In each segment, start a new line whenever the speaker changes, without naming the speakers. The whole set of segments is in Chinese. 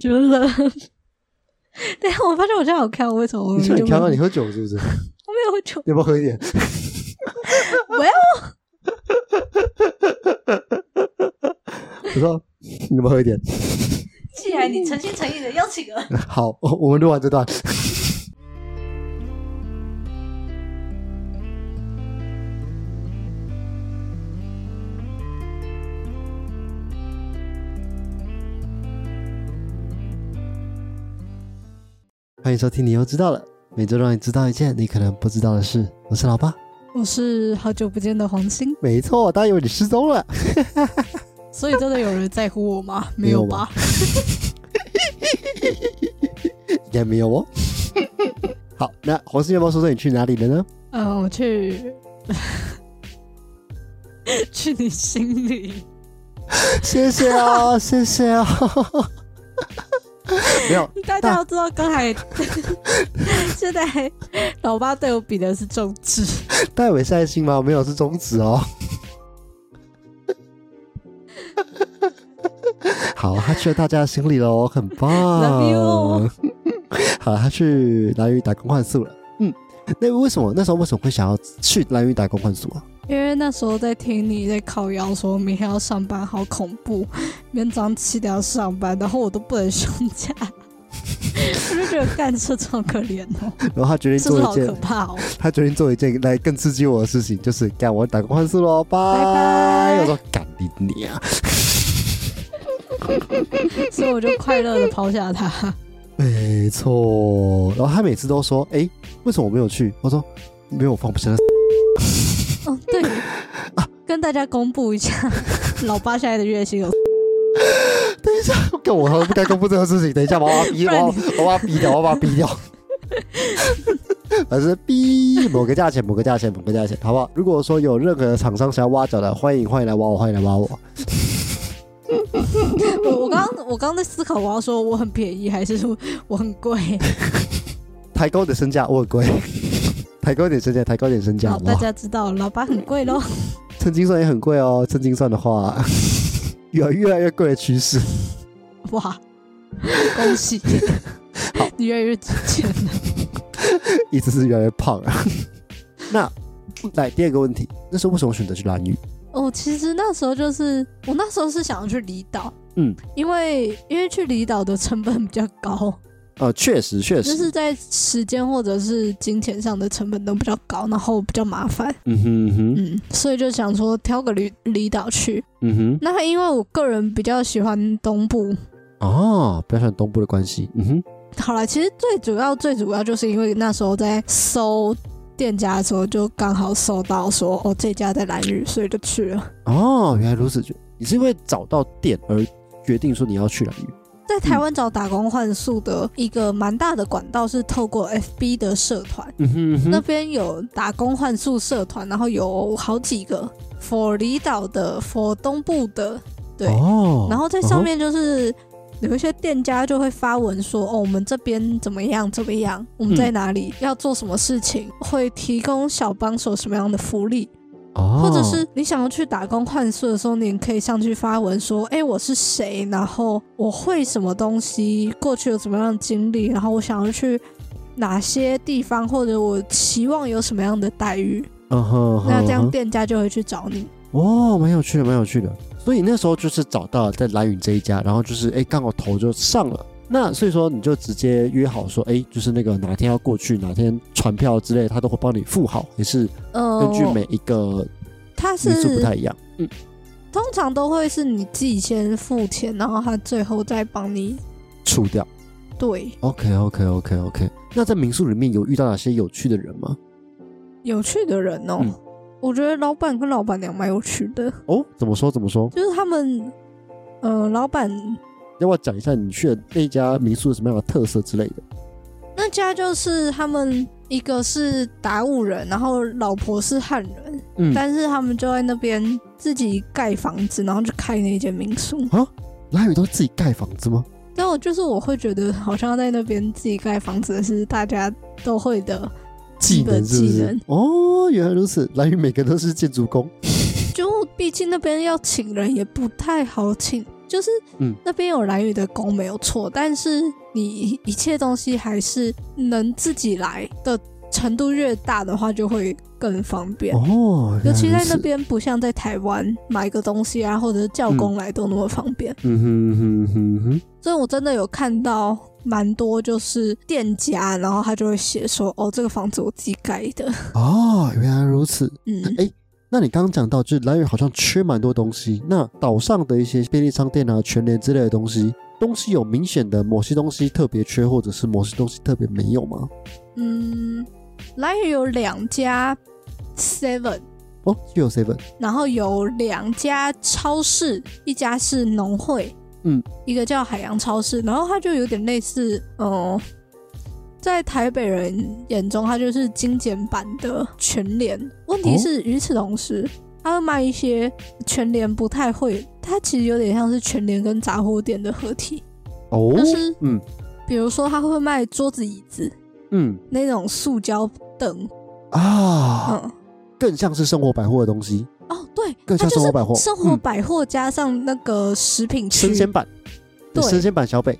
觉得。 对，啊我发现我这样好看，我为什么我明
你说
嗯明就
你
没有
调到你喝酒是不是？要
我没有喝酒，
不要喝一点？
我
我说你要不要喝一点？
既然你诚心诚意的邀请了，
好，我我们录完这段。 欢迎收听，你又知道了。每周让你知道一件你可能不知道的事。我是老爸，
我是好久不见的黄星，
没错，大家以为你失踪了。
所以真的有人在乎我 吗？
没
没
有
有
吧
吧？
应该没有哦。好，那黄世要不要说说你去哪里了呢？
嗯，我去 去你心里，
谢谢 哦，谢谢哦。没有，
大家要知道，刚才 现在老爸对我比的是中指，
戴伟是爱心吗？没有，是中指哦。好，他去了大家的心里喽，很棒。
Love you
好了，他去蓝屿打工换宿了。嗯，那为什么那时候为什么会想要去蓝屿打工换宿啊？
因为那时候在听你在烤羊说明天要上班，好恐怖，明天早上七点要上班，然后我都不能休假， 我就觉得干这种可怜哦，
然后他决定
是不
做
是
一
好可
件，
怕哦？
他决定做一件来更刺激我的事情，就是干我打工换宿喽，拜
拜拜
我说干你娘！
所以我就快乐的抛下 他。
没错，然后他每次都说：“哎、为什么我没有去？”我说：“没有，我放不下。
哦，对，跟大家公布一 下，老爸现在的月薪有，
干我好像不该公布这个事情，等一下我把它 逼，我
不然
把
你
我把它逼掉，我把它逼掉。反正逼某个价钱，某个价钱，某个价钱，好不好？如果说有任何厂商想要挖角的，欢迎欢迎来挖我，欢迎来挖我。
我我刚刚我刚刚在思考，我要说我很便宜还是说我很贵？
抬高你的身价，我很贵。 抬高点身价，抬高点身价，
好，
好不
大
好？
家知道老爸很贵喽。
称斤算也很贵哦，称斤算的话， 有越来越贵的趋势。
哇，恭喜！你越来越值钱了。
一直是越来越胖啊。 那来第二个问题，那时候为什么选择去蓝屿？
哦，其实那时候就是我那时候是想要去离岛，
嗯，
因为因为去离岛的成本比较高，
呃，确实确实，
就是在时间或者是金钱上的成本都比较高，然后比较麻烦，
嗯哼嗯哼
嗯，所以就想说挑个离离岛去。
嗯
那因为我个人比较喜欢东部，
哼，哦，不要算东部的关系，嗯哼，
好了，其实最主要最主要就是因为那时候在搜店家的时候，就刚好搜到说哦这家在蓝屿，所以就去了。
哦，原来如此，就你是因为找到店而决定说你要去蓝屿，
在台湾找打工换宿的一个蛮大的管道是透过 FB 的社团，
嗯哼嗯
那
哼，
边有打工换宿社团，然后有好几个 for 离岛的、for 东部的，对，
哦，嗯
然后在上面就是。有一些店家就会发文说，哦，我们这边怎么样怎么样，我们
嗯
在哪里，要做什么事情，会提供小帮手什么样的福利，
哦，
或者是你想要去打工换宿的时候，你也可以上去发文说：“哎、我是谁，然后我会什么东西，过去有什么样的经历，然后我想要去哪些地方，或者我期望有什么样的待遇。
嗯哼，嗯哼
那这样店家就会去找你。
哦，蛮有趣的，蛮有趣的。所以那时候就是找到了在蓝宇这一家，然后就是哎，刚好头就上了。那所以说你就直接约好说，哎，就是那个哪天要过去，哪天船票之类，他都会帮你付好，也是根据
呃，
每一个
他
民宿不
是
太一样。嗯，
通常都会是你自己先付钱，然后他最后再帮你
除掉。
对
OK OK OK OK。那在民宿里面有遇到哪些有趣的人吗？
有趣的人哦。
嗯
我觉得老板跟老板娘蛮有趣的，
哦，怎么说怎么说？
就是他们，呃，老板
要不要讲一下你去的那家民宿有什么样的特色之类的？
那家就是他们一个是达悟人，然后老婆是汉人，
嗯，
但是他们就在那边自己盖房子，然后就开那间民宿。
蓝宇都自己盖房子吗？
但我就是我会觉得，好像在那边自己盖房子是大家都会的，
技
基
能
本
是不
技
是
能？
哦，原来如此。蓝宇每个都是建筑工。
就毕竟那边要请人也不太好请。就是
嗯
那边有蓝雨的工没有错，但是你一切东西还是能自己来的程度越大的话，就会更方便。
哦，
尤其
原来
在
如此
那，边，不像在台湾买个东西啊，或者是叫工来都那么方便。
嗯哼哼哼哼，
所以我真的有看到蛮多，就是店家，然后他就会写说：“哦，这个房子我自己盖的。
哦，原来如此。”
嗯，
哎，那你刚刚讲到，就是蓝屿好像缺蛮多东西。那岛上的一些便利商店啊、全联之类的东西，东西有明显的某些东西特别缺，或者是某些东西特别没有吗？
嗯， 蓝屿有两家 Seven，
哦，就有 seven，
然后有两家超市，一家是农会，
嗯，
一个叫海洋超市，然后它就有点类似，嗯、在台北人眼中，它就是精简版的全联。问题
哦
是，与此同时，它会卖一些全联不太会，它其实有点像是全联跟杂货店的合体，
哦，
就是
嗯
比如说它会卖桌子、椅子
嗯
那种塑胶凳，
啊，
嗯，
更像是生活百货的东西，
哦，对，
更
它
像
就
生
是
活百货，
生活
嗯
百货加上那个食品区
生，鲜版，
对
生鲜版小北，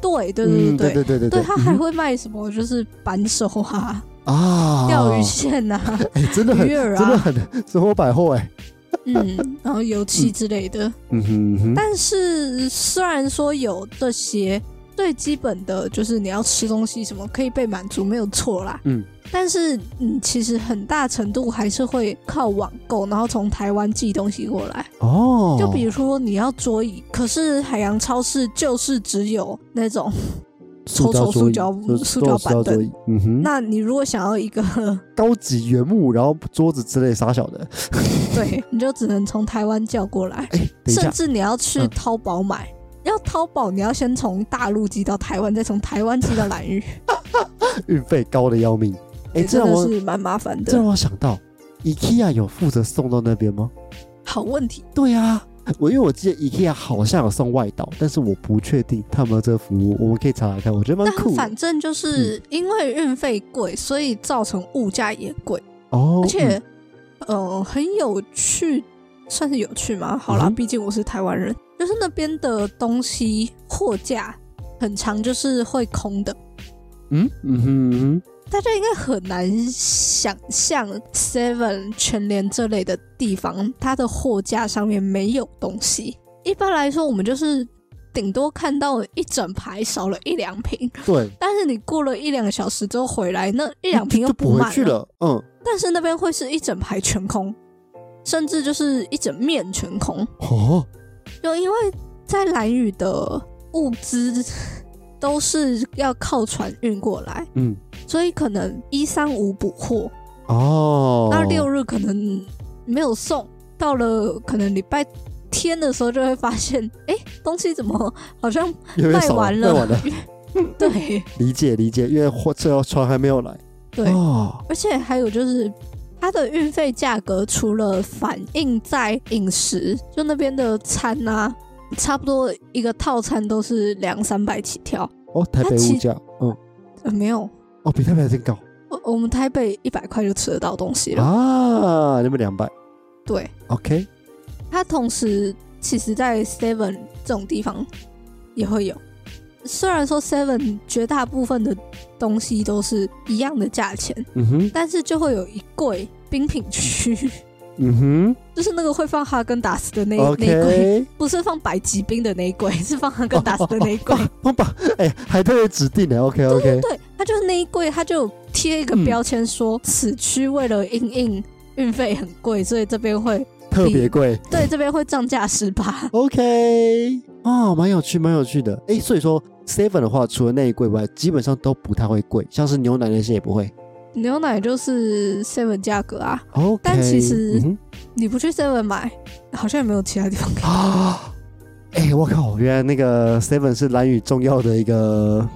对对对
嗯，
对对
对对对对
对，
对，
他还会卖什么？就是扳手啊、
嗯啊，
钓鱼线啊、
哎，真的很，
鱼饵
真的
啊，
很 生活百货哎，
嗯，然后油漆之类的。
嗯哼哼，
但是虽然说有这些最基本的，就是你要吃东西什么可以被满足，没有错啦。
嗯，
但是嗯，其实很大程度还是会靠网购，然后从台湾寄东西过来。
哦，
就比如说你要桌椅，可是海洋超市就是只有那种
嗯塑胶
抽抽塑
桌椅
胶
就是
塑胶
塑胶
板凳
桌椅，嗯哼，
那你如果想要一个
高级原木，然后桌子之类傻小的。
对，你就只能从台湾叫过来，
哎，等一
甚
下，
至你要去
嗯
淘宝买。要淘宝，你要先从大陆寄到台湾，再从台湾寄到兰屿，
运费高的要命。哎，
也
这
真
让
的
我
是蛮麻烦
这
的
让。我想到，IKEA 有负责送到那边吗？
好问题，
对啊，我因为我记得 IKEA 好像有送外岛，但是我不确定他们有这个服务，我们可以查查看，我觉得蛮
但
酷的
反正就是因为运费贵，所以造成物价也贵，
哦。
而且
嗯，
呃，很有趣，算是有趣吗？好啦，
嗯哼
毕竟我是台湾人，就是那边的东西货架很长，就是会空的。
嗯嗯哼嗯
大家应该很难想象 Seven 全联这类的地方，它的货架上面没有东西。一般来说，我们就是顶多看到一整排少了一两瓶，
哼，对，
但是你过了一两个小时之后回来，那一两
就
瓶又
就补
补满
回去了。嗯，
但是那边会是一整排全空，甚至就是一整面全空，
哦，
就因为在兰屿的物资都是要靠船运过来，
嗯，
所以可能一三五补货。
哦，
那六日可能没有送，到了可能礼拜天的时候就会发现，哎、东西怎么好像
有点
卖
少
完
卖
了？
完了，
对
理解理解，因为货这船还没有来。
对，
哦，
而且还有就是。它的运费价格除了反映在饮食，就那边的餐啊，差不多一个套餐都是两三百起跳，
哦，台北
它其
物价，嗯，
呃、没有，
哦，比台北还真高
我我们台北一百块就吃得到东西了。
啊，那么两百
对，
，OK，
它同时其实在 Seven 这种地方也会有。虽然说 Seven 绝大部分的东西都是一样的价钱，
嗯哼。
但是就会有一柜冰品区，
嗯
就是那个会放哈根达斯的那
哼
那一柜，
，OK，
不是放百吉冰的那一柜， 是放哈根达斯的那一柜。
我把哎还特别指定的，OK OK，
对，它就是那一柜，它就有贴一个
哦嗯
标签说，此区为了因应运费很贵，所以这边会
特别贵
对这边会涨价十八。
，OK，哦，蛮有趣，蛮有趣的。哎，所以说 Seven 的话，除了那一柜以外，基本上都不太会贵，像是牛奶那些也不会。
牛奶就是 Seven 价格啊，
OK，
但其实
嗯
你不去 Seven 买，好像也没有其他地方可
哼啊，哎，我靠，原来那个 Seven 是蓝宇重要的一个，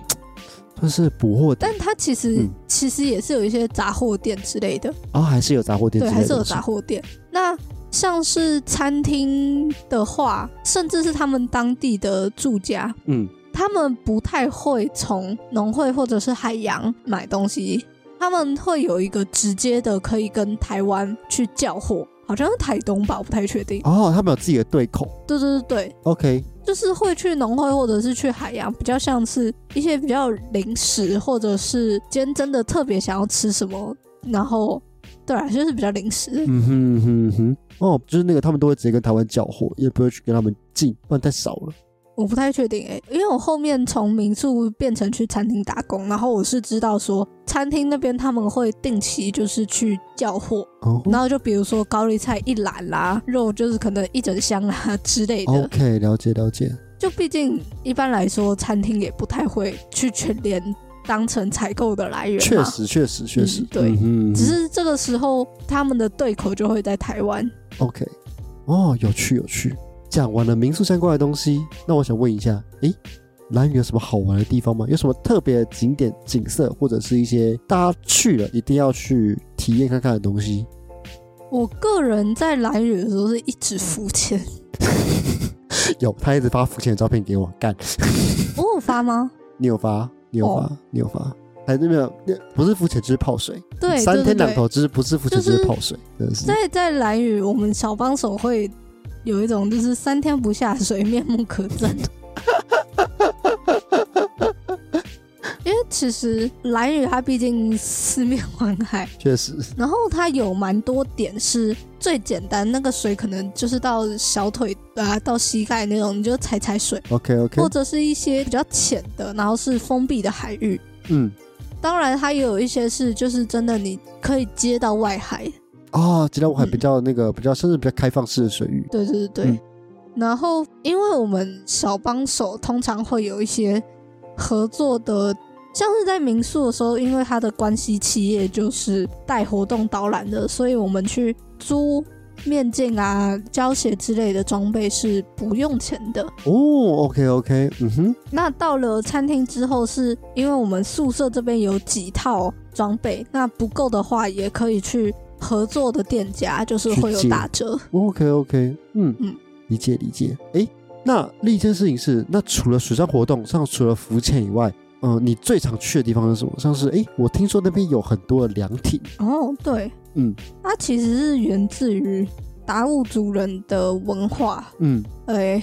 算是补货点
但它其实、
嗯
其实也是有一些杂货店之类的，
哦，还是有杂货店之
对，
类的
还是有
东西
杂货店。那像是餐厅的话，甚至是他们当地的住家，
嗯，
他们不太会从农会或者是海洋买东西，他们会有一个直接的可以跟台湾去叫货，好像是台东吧，我不太确定。
哦，他们有自己的对口
对对对对，
，OK，
就是会去农会或者是去海洋，比较像是一些比较零食，或者是今天真的特别想要吃什么，然后对啊，就是比较零食。
嗯哼嗯哼嗯哼，哦，就是那个他们都会直接跟台湾缴获，也不会去跟他们进，不然太少了。
我不太确定诶、因为我后面从民宿变成去餐厅打工，然后我是知道说餐厅那边他们会定期就是去叫货，
哦
然后就比如说高丽菜一篮啦、肉就是可能一整箱啊之类的。
，OK，了解了解。
就毕竟一般来说，餐厅也不太会去全联当成采购的来源
确
嘛。
实，确实，确实，
对
嗯哼嗯哼
只是这个时候，他们的对口就会在台湾。
OK，哦，有趣有趣。讲完了民宿相关的东西，那我想问一下，诶，兰屿有什么好玩的地方吗？有什么特别的景点、景色，或者是一些大家去了一定要去体验看看的东西？
我个人在来源的时候是一直付钱，
有，他一直发浮潜的照片给我，干，
我有发吗？
你有发，你有发，
哦
你有发，还是没有？那不是浮潜就是泡水，
对，
三
对
天两
对对。
头就是不是浮潜
就是
就是泡水，真的是。
在在蓝屿，我们小帮手会有一种就是三天不下水， 面目可憎。因为其实蓝屿它毕竟四面环海，
确实，
然后它有蛮多点是最简单，那个水可能就是到小腿啊到膝盖那种，你就踩踩水，
OK OK，
或者是一些比较浅的，然后是封闭的海域。
嗯，
当然，它也有一些是就是真的你可以接到外海，
哦，今天我还
嗯
比较那个，比较甚至比较开放式的水域，
对对对对。
嗯
然后，因为我们小帮手通常会有一些合作的，像是在民宿的时候，因为他的关系企业就是带活动导览的，所以我们去租面镜啊、胶鞋之类的装备是不用钱的。
哦，OK OK，嗯哼，
那到了餐厅之后是，因为我们宿舍这边有几套装备，那不够的话也可以去合作的店家，就是会有
去借
打折。
OK OK，嗯
嗯
理解理解。诶，那另一件事情是，那除了水上活动，像除了浮潜以外，嗯、你最常去的地方是什么？像是诶，我听说那边有很多的凉亭，
哦，对，
嗯
它其实是源自于达悟族人的文化。
嗯，
诶，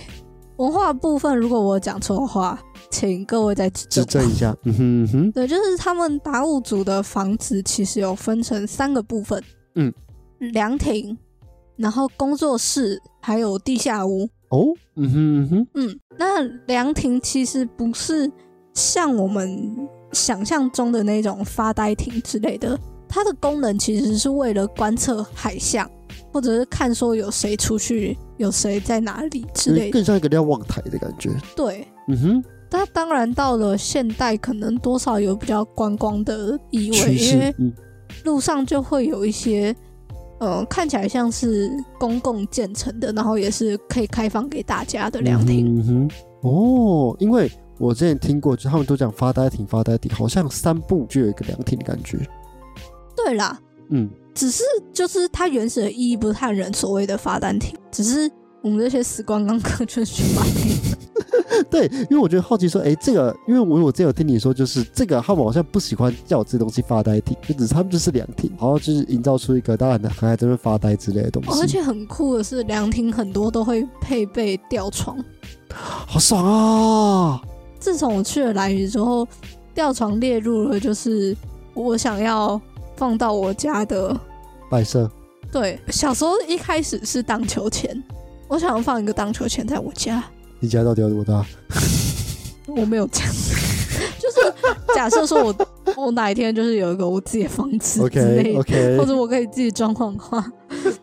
文化部分如果我讲错的话，请各位再指
指
正。
正一下，嗯哼嗯哼，
对，就是他们达悟族的房子其实有分成三个部分，
嗯，
凉亭，然后工作室，还有地下屋。
哦，嗯哼嗯哼，
嗯，那凉亭其实不是像我们想象中的那种发呆亭之类的，它的功能其实是为了观测海象，或者是看说有谁出去，有谁在哪里之
就是
类的。
更像一个瞭望台的感觉，
对，
嗯哼，
它当然到了现代，可能多少有比较观光的意味，
趋
因为
势，嗯，
路上就会有一些。呃，看起来像是公共建成的，然后也是可以开放给大家的凉亭。
嗯哼，嗯哼哦，因为。我之前听过，就他们都讲发呆亭，发呆亭，好像三步就有一个凉亭的感觉。
对啦，
嗯，
只是就是它原始的意义不是汉人所谓的发丹亭，只是我们这些死观光客就是去发呆。
对，因为我觉得好奇说，哎，这个，因为我我之前有听你说，就是这个他们好像不喜欢叫这东西发呆亭，就只是他们就是凉亭，然后就是营造出一个大家很很爱在那边发呆之类的东
哦而
西，
且很酷的是，凉亭很多都会配备吊床。
好爽啊！
自从我去了兰屿之后，吊床列入了就是我想要放到我家的。
摆设
对，小时候一开始是荡秋千，我想要放一个荡秋千在我家，
你家到底有多大？
我没有这样。 就是假设说我我哪一天就是有一个我自己的房子之类
OK
的
OK，
或者我可以自己装潢的话，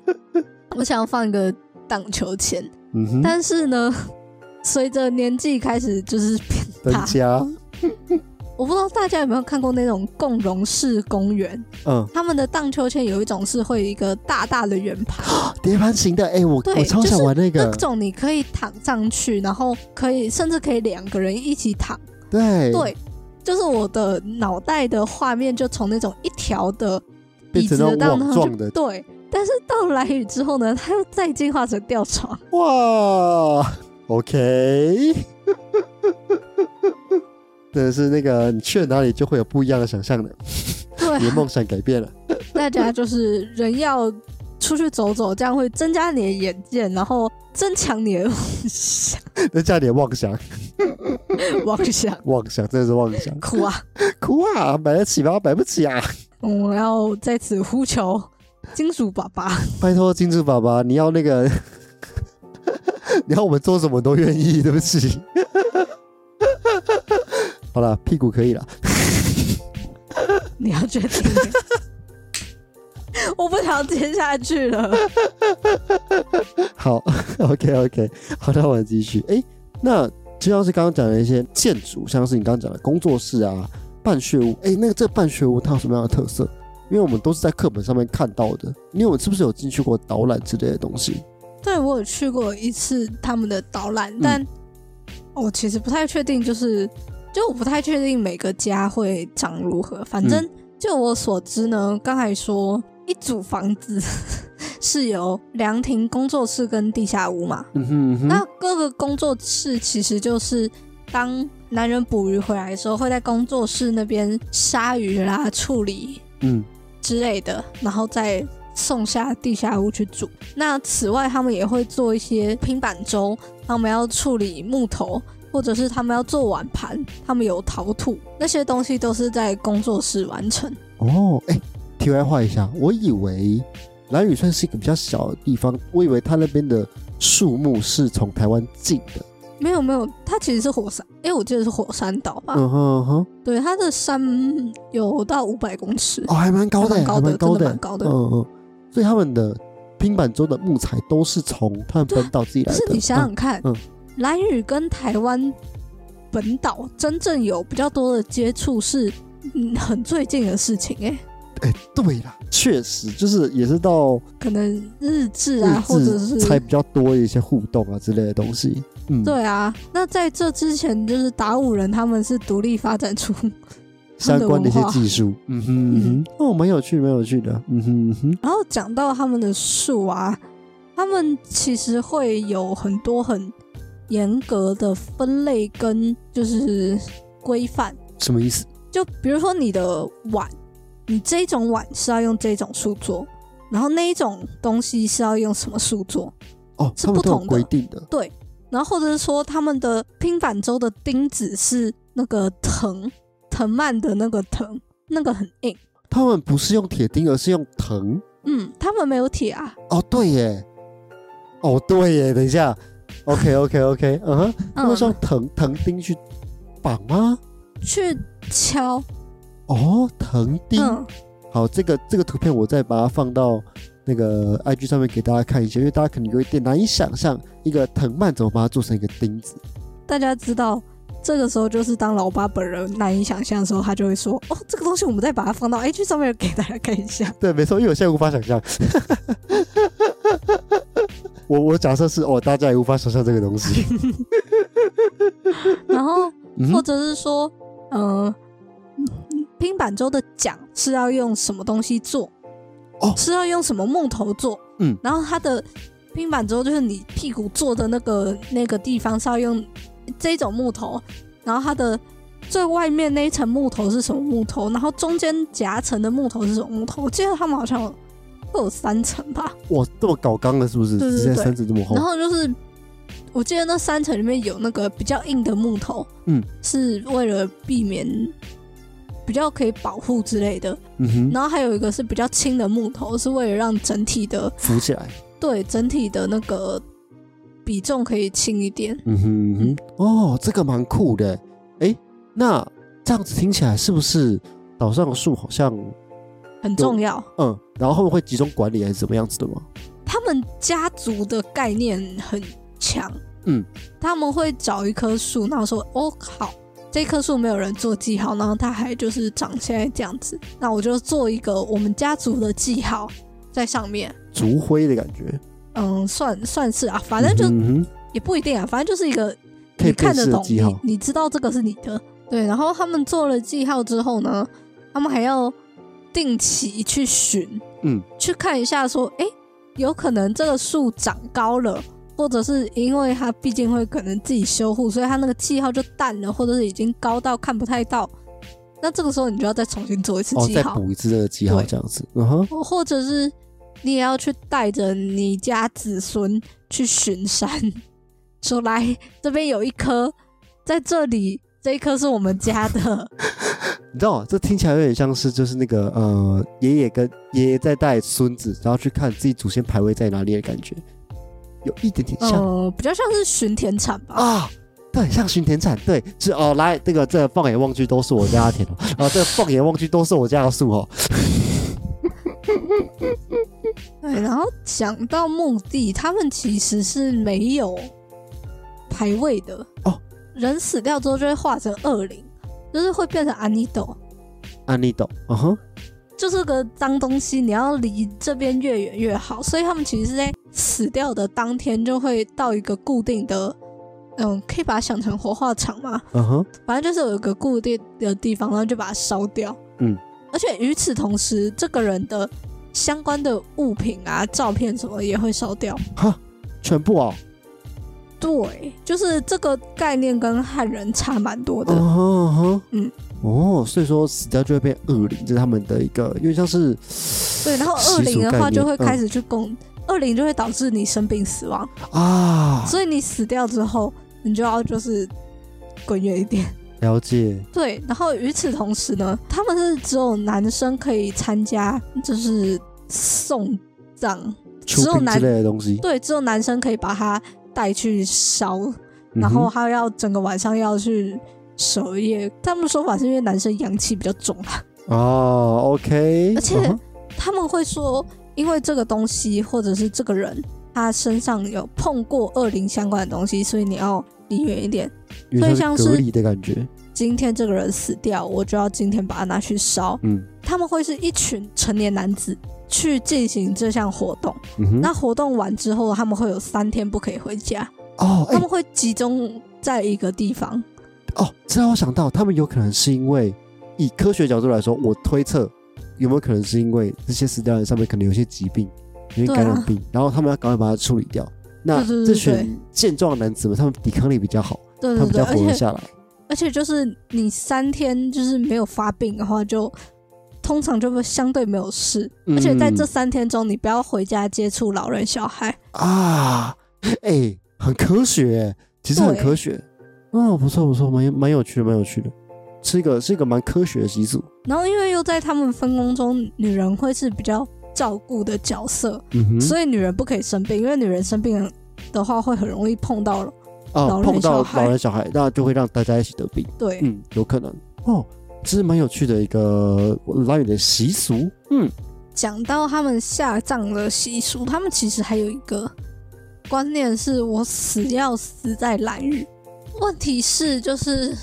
我想要放一个荡秋千。
嗯哼，
但是呢，随着年纪开始就是变
增
大，
加，
我不知道大家有没有看过那种共融式公园，
嗯，
他们的荡秋千有一种是会有一个大大的圆盘，
碟盘型的，哎，我
对
我超
就是
想玩那个
那，种你可以躺上去，然后可以甚至可以两个人一起躺。
对
对，就是我的脑袋的画面就从那种一条的
变
椅
成
子的
那种
荡
网
上去
状，的，
对。但是到蓝雨之后呢，它又再进化成吊床。
哇，OK，真的是那个你去了哪里就会有不一样的想象的，
对
你的
啊，
梦想改变了。
大家就是人要。出去走走，这样会增加你的眼界，然后增强你的 妄想。
那叫你的妄想，
妄想
妄想真的是妄想，
哭啊！
哭啊，买得起吗？买不起啊！
我要在此呼求金主爸爸，
拜托金主爸爸，你要那个， 你要我们做什么都愿意，对不起。 好了，屁股可以了，
你要决定。 我不想接下去了。
好 ，OK OK，好，那我们继续。哎、那就像是刚刚讲的一些建筑，像是你刚刚讲的工作室啊、办学屋，哎、那个这个办学屋它有什么样的特色？因为我们都是在课本上面看到的，你有是不是有进去过导览之类的东西？
对我有去过一次他们的导览，但我其实不太确定，就是就我不太确定每个家会长如何。反正就我所知呢，刚才说一组房子 是由凉亭工作室跟地下屋嘛，
嗯哼嗯哼
那各个工作室其实就是当男人捕鱼回来的时候，会在工作室那边杀鱼啦、处理
嗯
之类的，然后再送下地下屋去煮。那此外，他们也会做一些拼板舟，他们要处理木头，或者是他们要做碗盘，他们有陶土，那些东西都是在工作室完成。
哦，哎、题外话一下，我以为蓝屿算是一个比较小的地方，我以为它那边的树木是从台湾进的。
没有没有，它其实是火山，哎，我记得是火山岛吧？
嗯哼嗯哼，
对，它的山有到五百公尺。
哦，还蛮高的，
还蛮高
还
的
蛮高
真的
的，
蛮高的
嗯嗯，所以他们的拼板舟的木材都是从他们本岛自己
可
来
是
的。
你想想看
嗯，
蓝屿跟台湾本岛真正有比较多的接触是，嗯，很最近的事情哎、
哎、对啦，确实就是也是到
可能日志
日
啊，或者
治才
是
比较多一些互动啊之类的东西。嗯，，
对啊。那在这之前，就是达悟人他们是独立发展出，
相关的一些
他们的文化
技术。嗯哼嗯哼，哦，蛮有趣，蛮有趣的。嗯哼嗯哼，
然后讲到他们的树啊，他们其实会有很多很严格的分类跟就是规范。
什么意思？
就比如说你的碗，你这种碗是要用这种树做，然后那一种东西是要用什么树做，
哦，
是
他们
不
都有
同的
规定的。
然后或者是说他们的拼板舟的钉子是那个藤藤蔓的那个藤，那个很硬。
他们不是用铁钉，而是用藤。
嗯，他们没有铁啊，
哦，对耶，哦，对耶，等一下，OK OK OK，嗯哼，他
嗯
们是，用藤藤钉去绑吗？
去敲，
哦，藤钉。
嗯，
好，这个这个图片我再把它放到那个 IG 上面给大家看一下，因为大家可能有一点难以想象一个藤蔓怎么把它做成一个钉子。
大家知道。这个时候就是当老爸本人难以想象的时候，他就会说：“哦，这个东西我们再把它放到 H 上面给大家看一下。”
对，没错，因为我现在无法想象。 我我假设是哦，大家也无法想象这个东 西。
然后
嗯
或
哼，
者是说，呃，拼板舟的桨是要用什么东西做？
哦
是要用什么木头做？
嗯
然后它的拼板舟就是你屁股坐的那个那个地方是要用这种木头，然后它的最外面那一层木头是什么木头？然后中间夹层的木头是什么木头？我记得他们好像有会有三层吧。
哇，这么搞刚了是不是？
对对
直接
对
身子这么厚
然。后就是，我记得那三层里面有那个比较硬的木头，
嗯，
是为了避免比较可以保护之类的。
嗯哼，
然后还有一个是比较轻的木头，是为了让整体的
浮起来。
对整体的那个比重可以轻一点。
嗯哼嗯哼，哦，这个蛮酷的。哎，那这样子听起来是不是岛上的树好像
很重要。
嗯，然后他们会集中管理还是怎么样子的吗？
他们家族的概念很强，
嗯，
他们会找一棵树，然后说：“哦，好，这棵树没有人做记号，然后它还就是长现在这样子，那我就做一个我们家族的记号在上面。”
族徽的感觉，
嗯，算算是啊，反正就、
嗯哼
也不一定啊，反正就是一个
可
你
以辨
看得
识的
懂，
记号
你。你知道这个是你的。对，然后他们做了记号之后呢，他们还要定期去巡，
嗯，
去看一下说，诶，有可能这个树长高了，或者是因为它毕竟会可能自己修护，所以它那个记号就淡了，或者是已经高到看不太到。那这个时候你就要再重新做一次
哦，
记
再
号，
补一次这个记号
对
这样子。嗯哼，
或或者是你也要去带着你家子孙去巡山，说来这边有一棵，在这里这一棵是我们家的，
你知道，这听起来有点像是就是那个呃，爷爷跟爷爷在带孙子，然后去看自己祖先牌位在哪里的感觉，有一点点 像、
呃，比较像是巡田产吧。
啊。对，像巡田铲，对，是哦，来，这个这个放眼望去都是我家的田哦，啊，这个放眼望去都是我家的树哦，
对，然后讲到墓地，他们其实是没有牌位的
哦。
人死掉之后就会化成恶灵，就是会变成阿尼斗，
安利懂，嗯哼，
就是个脏东西，你要离这边越远越好。所以他们其实是在死掉的当天就会到一个固定的，嗯，可以把它想成火化场嘛，
嗯哼，
反正就是有一个固定的地方，然后就把它烧掉。
嗯，
而且与此同时，这个人的相关的物品啊、照片什么也会烧掉。
全部哦，
对，就是这个概念跟汉人差蛮多的。
嗯哼嗯哼，
嗯，
哦，所以说死掉就会变恶灵，这是他们的一个，因为像是
对，然后
习俗
恶灵的
概
话
念
就会开
嗯
始去攻，恶灵就会导致你生病死亡，
啊，
所以你死掉之后，你就要就是滚远一点。
了解，
对，然后与此同时呢，他们是只有男生可以参加，就是送葬，只
出
有
殡之
男
类的东西，
对，只有男生可以把它带去烧，
嗯
然
哼
后他要整个晚上要去守夜。他们说法是因为男生阳气比较重啊。
哦，OK，
而且
嗯哼
他们会说，因为这个东西或者是这个人，他身上有碰过恶灵相关的东西，所以你要离远一点。
有
所以
点
像
隔
是
离的感觉，
今天这个人死掉，我就要今天把它拿去烧。
嗯
他们会是一群成年男子去进行这项活动。
嗯哼，
那活动完之后，他们会有三天不可以回家，
哦，哎、
他们会集中在一个地方。
哦，这让我想到，他们有可能是因为以科学角度来说，我推测有没有可能是因为这些死掉人上面可能有些疾病，有些
对啊
感染病，然后他们要赶快把它处理掉。那
对对对
这
对
群健壮的男子们，他们抵抗力比较好，
对对
他们比
对，
较
而
活
且
得下来。
而且就是你三天就是没有发病的话就，通常就会相对没有事。
嗯
而且在这三天中，你不要回家接触老人小孩。
啊，哎、很科学耶，其实很
对
科学。嗯，不错不错，蛮有蛮有趣的，蛮有趣的，是一个是一个蛮科学的习俗。
然后因为又在他们分工中，女人会是比较照顾的角色，
嗯哼，
所以女人不可以生病，因为女人生病的话会很容易碰到了。老人
哦，碰到
小孩
老人小孩，那就会让大家一起得病。
对，
嗯，有可能哦，这是蛮有趣的一个拉远的习俗。嗯，
讲到他们下葬的习俗，他们其实还有一个观念是：我死要死在蓝屿。问题是，就是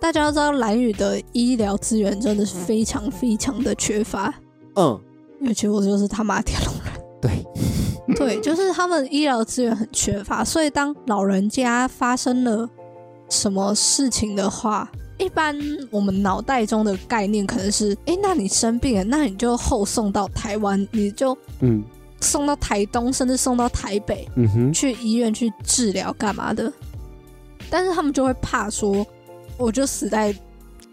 大家都知道蓝屿的医疗资源真的是非常非常的缺乏，
嗯，
尤其我就是他妈天龙人，
对，
对，就是他们医疗资源很缺乏，所以当老人家发生了什么事情的话。一般我们脑袋中的概念可能是，诶，那你生病了，那你就后送到台湾，你就
嗯
送到台东，甚至送到台北
嗯哼，
去医院去治疗干嘛的。但是他们就会怕说，我就死在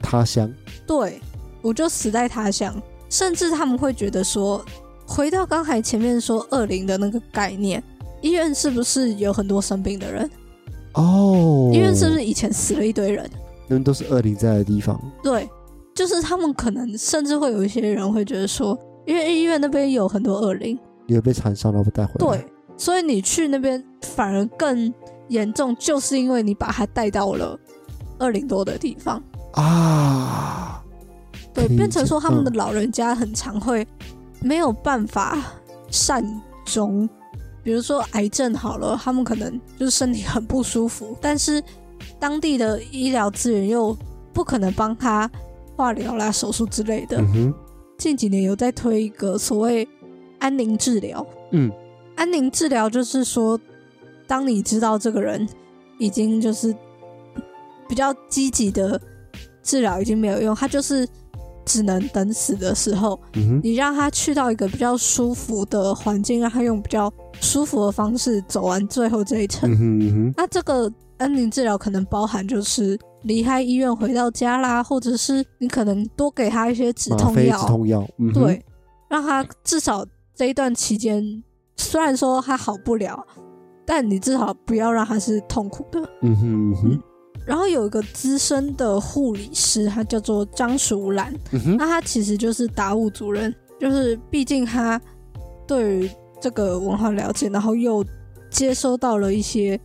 他乡
对，我就死在他乡，甚至他们会觉得说，回到刚才前面说恶灵的那个概念，医院是不是有很多生病的人？
哦，
医院是不是以前死了一堆人？
那边都是恶灵在的地方？
对，就是他们可能甚至会有一些人会觉得说，因为医院那边有很多恶灵，
你会被缠上，然后带回来。
对，，所以你去那边反而更严重，就是因为你把他带到了二零多的地方，
啊，
对，
可以
变成
理解
说他们的
嗯
老人家很常会没有办法善终，比如说癌症好了，他们可能就是身体很不舒服，但是当地的医疗资源又不可能帮他化疗啦、手术之类的
嗯。哼，
近几年有在推一个所谓安宁治疗，
嗯，
安宁治疗就是说，当你知道这个人已经就是比较积极的治疗已经没有用，他就是只能等死的时候，
嗯哼，
你让他去到一个比较舒服的环境，让他用比较舒服的方式走完最后这一程。
嗯哼，嗯哼，
那这个安宁治疗可能包含就是离开医院回到家啦，或者是你可能多给他一些止
吗
痛
啡止
药，
痛药，嗯哼，
对，让他至少这一段期间，虽然说他好不了，但你至少不要让他是痛苦的。
嗯哼嗯哼
然后有一个资深的护理师，他叫做张淑兰，
嗯哼，
那他其实就是达悟族人，就是毕竟他对于这个文化了解，然后又接收到了一些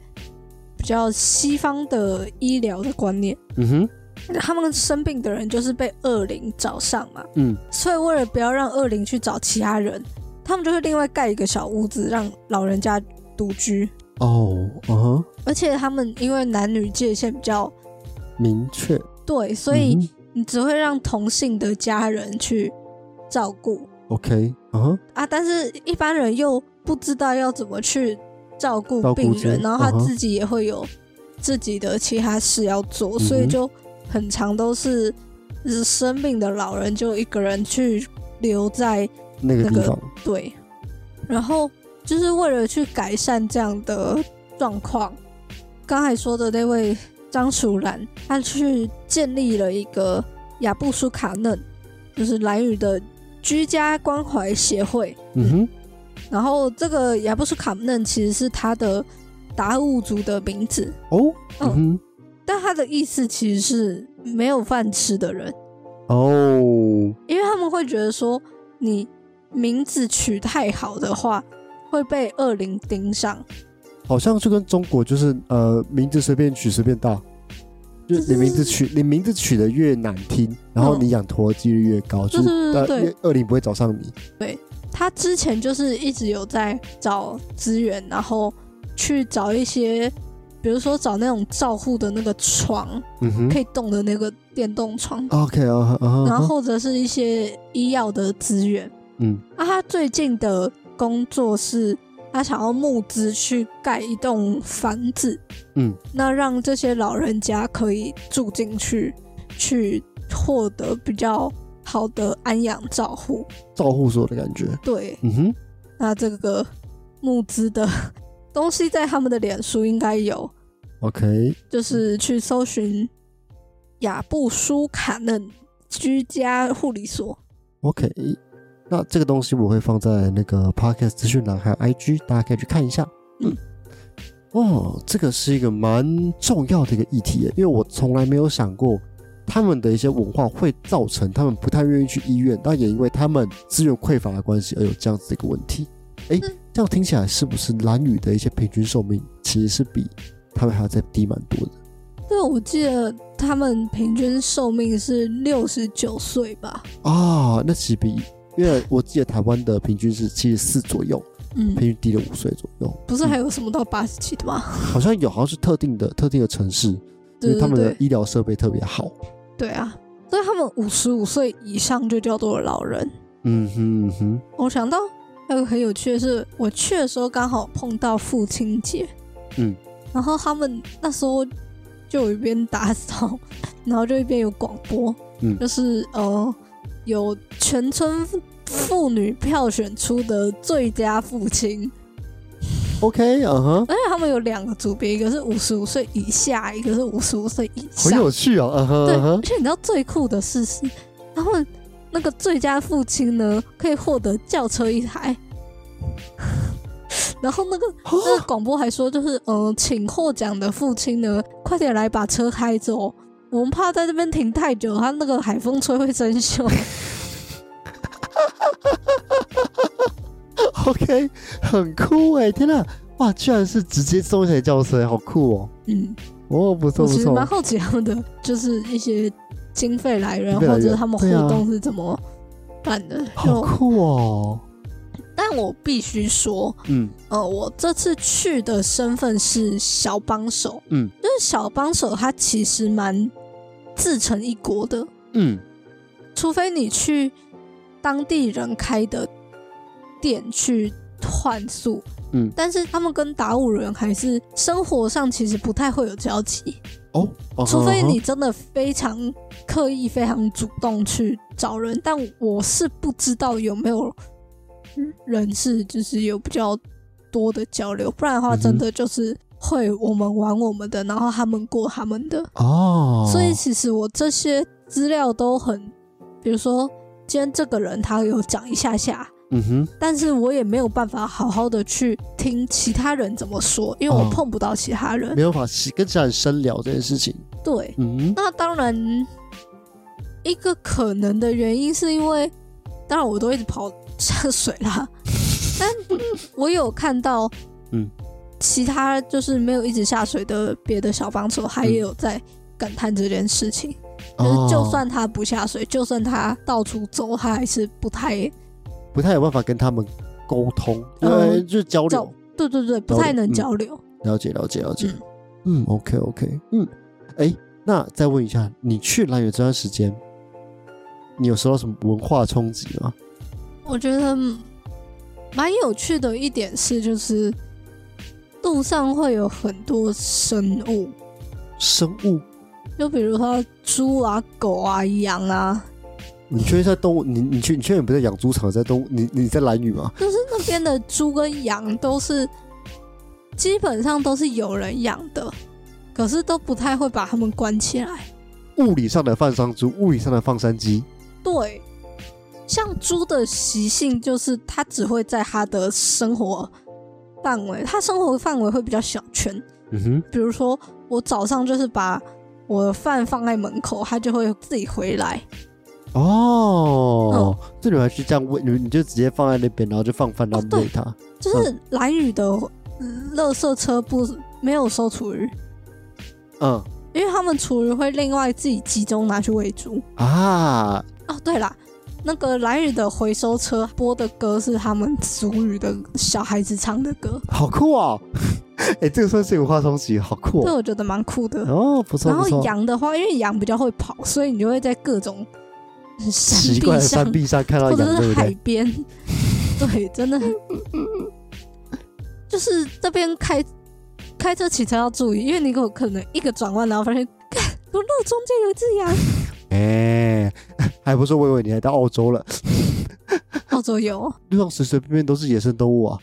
比较西方的医疗的观念。
嗯哼，
他们生病的人就是被恶灵找上嘛，
嗯
所以为了不要让恶灵去找其他人，他们就会另外盖一个小屋子让老人家独居。
哦，嗯哼，
而且他们因为男女界限比较
明确，
对，所以
嗯
你只会让同性的家人去照顾
哼 OK，嗯哼，
啊，但是一般人又不知道要怎么去照顾
照顾
病
之
人，然后
嗯
他
哼
自己也会有自己的其他事要做，所
嗯
以
哼
就很常都是就是生病的老人就一个人去留在
那个
那
地
个
方，
对，然后就是为了去改善这样的状况，刚才说的那位张楚兰，他去建立了一个雅布苏卡嫩，就是兰屿的居家关怀协会。
嗯哼，
然后这个雅布苏卡嫩其实是他的达悟族的名字，
哦，
嗯
嗯
但他的意思其实是没有饭吃的人，
哼，哦，
因为他们会觉得说你名字取太好的话会被恶灵盯上。
好像就跟中国就是呃，名字随便取随便大，就
就是
你名字取你名字取的越难听，然后
嗯
你养活的几率越高，就是
对对
呃
对
越恶灵不会找上你。
他之前就是一直有在找资源，然后去找一些，比如说找那种照护的那个床，
嗯哼
可以动的那个电动床，
，OK 啊啊，啊
然后或者是一些医药的资源。
嗯，
那他最近的工作是，他想要募资去盖一栋房子，
嗯，
那让这些老人家可以住进去，去获得比较好的安养照护。
照护所的感觉。
对，
嗯哼，
那这个募资的 东西在他们的脸书应该有，
OK，
就是去搜寻雅布舒卡嫩居家护理所。
OK，那这个东西我会放在那个 Podcast 资讯栏还有 IG，大家可以去看一下。嗯
嗯，
哦，这个是一个蛮重要的一个议题耶，因为我从来没有想过他们的一些文化会造成他们不太愿意去医院，但也因为他们资源匮乏的关系而有这样子的一个问题。诶，
嗯
这样听起来是不是蓝宇的一些平均寿命其实是比他们还要再低蛮多的？
对，我记得他们平均寿命是六十九岁吧？
啊，那其实比因为我记得台湾的平均是七十四左右，
嗯
平，均低了五岁左右。
不是还有什么到八十几的吗？
好像有，好像是特定的特定的城市，嗯因
对
为他
对
们的
对，
医疗设备特别好。
对啊，所以他们五十五岁以上就叫做老人。
嗯哼嗯哼，
我想到那个很有趣的是，我去的时候刚好碰到父亲节，
嗯，
然后他们那时候就有一边打扫，然后就一边有广播，
嗯
就是呃有全村妇女票选出的最佳父亲，
，OK，嗯哼，
而且他们有两个组别，一个是五十五岁以下，一个是五十五岁以
很
上，
有趣哦，嗯哼
对，
嗯
而
哼，
且你知道最酷的事是，他们那个最佳父亲呢，可以获得轿车一台。 然后那个
哦
那个广播还说，就是嗯、呃请获奖的父亲呢，快点来把车开走，我们怕在这边停太久，他那个海风吹会生 锈。
，OK，很酷哎，天呐，哇，居然是直接送一台轿车，好酷哦，
嗯，
哦，不
我
错不
其实蛮
错，
好奇他们的就是一些经费来源，
经费来
或
源
者是他们
对啊
活动是怎么办的。
好
就
酷哦，
但我必须说，
嗯
呃，我这次去的身份是小帮手，
嗯，
就是小帮手，他其实蛮自成一国的，
嗯
除非你去当地人开的店去换宿，
嗯
但是他们跟达悟人还是生活上其实不太会有交集，
哦，嗯哼
除非你
嗯
真的非常刻意、非常主动去找人，但我是不知道有没有人是就是有比较多的交流，不然的话
嗯哼
真的就是会我们玩我们的，然后他们过他们的。
哼哦，
所以其实我这些资料都很，比如说今天这个人他有讲一下下，
嗯哼，
但是我也没有办法好好的去听其他人怎么说，因为我
哦
碰不到其他人。
没有办法跟其他人深聊这件事情。
对，
嗯
那当然，一个可能的原因是因为，当然我都一直跑下水 啦，但我有看到，
嗯，
其他就是没有一直下水的别的小帮手，他也有在感叹这件事情。
哼，
就是就
哦
算他不下水，就算他到处走，他还是不太
哦不太有办法跟他们沟通，
嗯
呃，就是交
交
流。，
对对对，不太能
嗯
交流。
了解，了解，了解。嗯，OK OK，嗯，哎、那再问一下，你去兰屿这段时间，你有受到什么文化冲击吗？
我觉得嗯蛮有趣的一点是，就是路上会有很多生物，
生物，
就比如说猪啊、狗啊、羊啊，
你确定在动物？你你确你确定不在养猪场，在动物？你你在兰屿吗？
就是那边的猪跟羊都是基本上都是有人养的，可是都不太会把它们关起来。
物理上的放山猪，物理上的放山鸡，
对，像猪的习性就是它只会在它的生活范围，它生活范围会比较小圈。
嗯哼，
比如说，我早上就是把我的饭放在门口，它就会自己回来。
哦，这女孩是这样喂，你你就直接放在那边，然后就放饭让
哦对
喂它。
就是蓝雨的垃圾车不没有收厨余，
嗯
因为他们厨余会另外自己集中拿去喂猪。
啊，
哦，对啦，那个蓝雨的回收车播的歌是他们族语的小孩子唱的歌，
好酷哦！ 哎、这个算是文化冲击，好酷
对
哦！
我觉得蛮酷的。
哦，不错
然
不
后
错，
羊的话，因为羊比较会跑，所以你就会在各种山
奇怪
壁
的
上
山壁上看到
或
羊，
者
对
是
不
海
对？
边， 对，真的很，就是这边开开车骑车要注意，因为你有可能一个转弯，然后发现，干我路中间有一只 羊，
哎、 还不是我以为你还到澳洲了，
澳洲有
路上随随便便都是野生动物啊，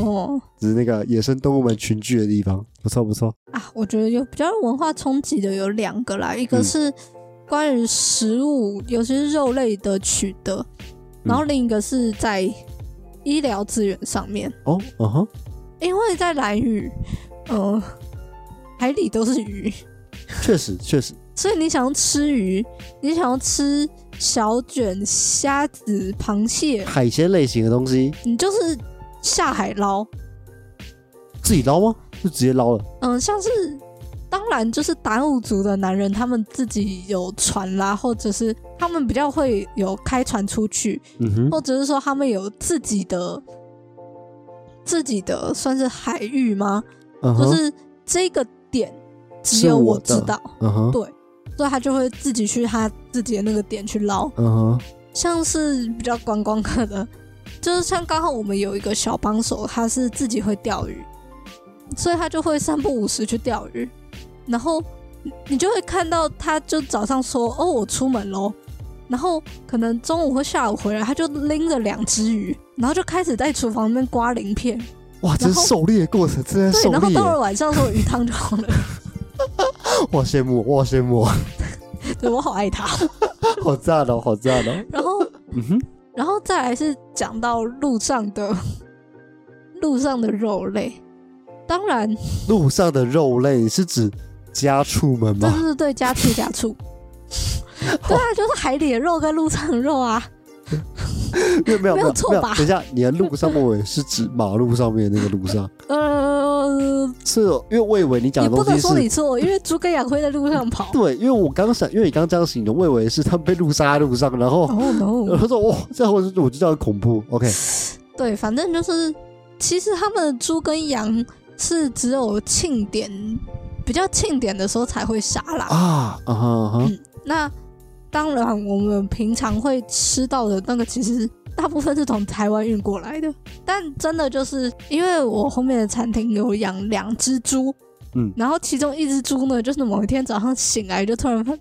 哦
只是那个野生动物们群聚的地方，不错不错。
啊，我觉得有比较文化冲击的有两个啦，一个
嗯
是关于食物，尤其是肉类的取得，然后另一个是在医疗资源上面。
哦，嗯哼，
因为在蓝屿，呃，海里都是鱼，
确实确实，
所以你想要吃鱼，你想要吃小卷、虾子、螃蟹，
海鲜类型的东西
你就是下海捞。
自己捞吗？就直接捞了。
嗯，像是当然就是达悟族的男人，他们自己有船啦，或者是他们比较会有开船出去，
嗯哼，
或者是说他们有自己的自己的算是海域吗？
嗯
就
哼，
是这个点只
是
有
我
我知
的
道。
嗯哼，
所以他就会自己去他自己的那个点去捞，
嗯哼，
像是比较观光客的， 就是像刚好我们有一个小帮手，他是自己会钓鱼，所以他就会三不五时去钓鱼，然后你你就会看到他就早上说哦我出门喽，然后可能中午或下午回来，他就拎着两只鱼，然后就开始在厨房那边刮鳞片，
哇，这
然
是
后
狩猎的过程，真的
对，
狩
然后
猎
到了
耶，
晚上的时候鱼汤就好了，
哇，羡慕，哇，羡慕，
对我好爱他，
好赞哦，好赞哦，
然后。
嗯哼，
然后再来是讲到路上的路上的肉类，当然，
路上的肉类是指家畜们
对
吗？
对对，家畜家 畜，对啊，就是海里的肉跟路上的肉啊，
没有没
没
有没
有
有
错
没有
吧
等一下，你的路上我以为是指马路上面的那个路上，
呃，
是哦，因为我以为你讲
也
的
不
东
能
西
说你
是。
错，因为猪跟羊会在路上 跑。
对，因为我刚想，因为你刚这样形容，我以为是他们被路杀在路上，然后
哦、no，
他说哇，这样我就我就叫很恐怖。OK，
对，反正就是，其实他们的猪跟羊是只有庆典比较庆典的时候才会杀啦。
啊啊哈啊哈，
那当然，我们平常会吃到的那个，其实大部分是从台湾运过来的。但真的就是因为我后面的餐厅有养两只猪，
嗯
然后其中一只猪呢，就是某一天早上醒来就突然发，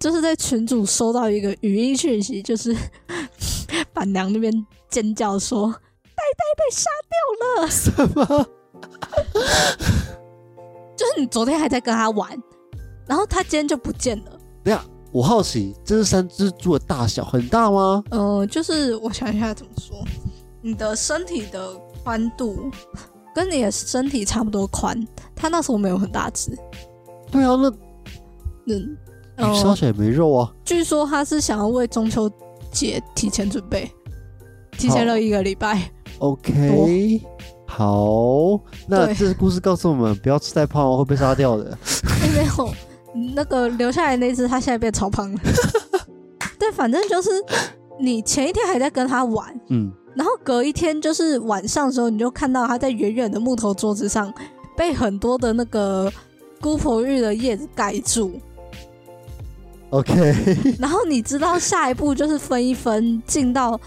就是在群主收到一个语音讯息，就是 板娘那边尖叫说：“呆呆被杀掉了！”什么？ 就是你昨天还在跟他玩，然后他今天就不见了。
我好奇这是三只猪的大小很大吗？
呃，就是我想一下怎么说，你的身体的宽度跟你的身体差不多宽，他那时候没有很大只，
对啊，那
嗯，
你烧
呃，
起来没肉啊？
据说他是想要为中秋节提前准备，提前了一个礼拜。
OK，好，那
对
这故事告诉我们，不要吃太胖哦，会被杀掉的。
哎、没有，那个留下来那只，它现在变超胖了。但反正就是你前一天还在跟它玩，
嗯，
然后隔一天就是晚上的时候，你就看到它在远远的木头桌子上被很多的那个姑婆芋的叶子盖 住，
OK，
然后你知道下一步就是分一分进到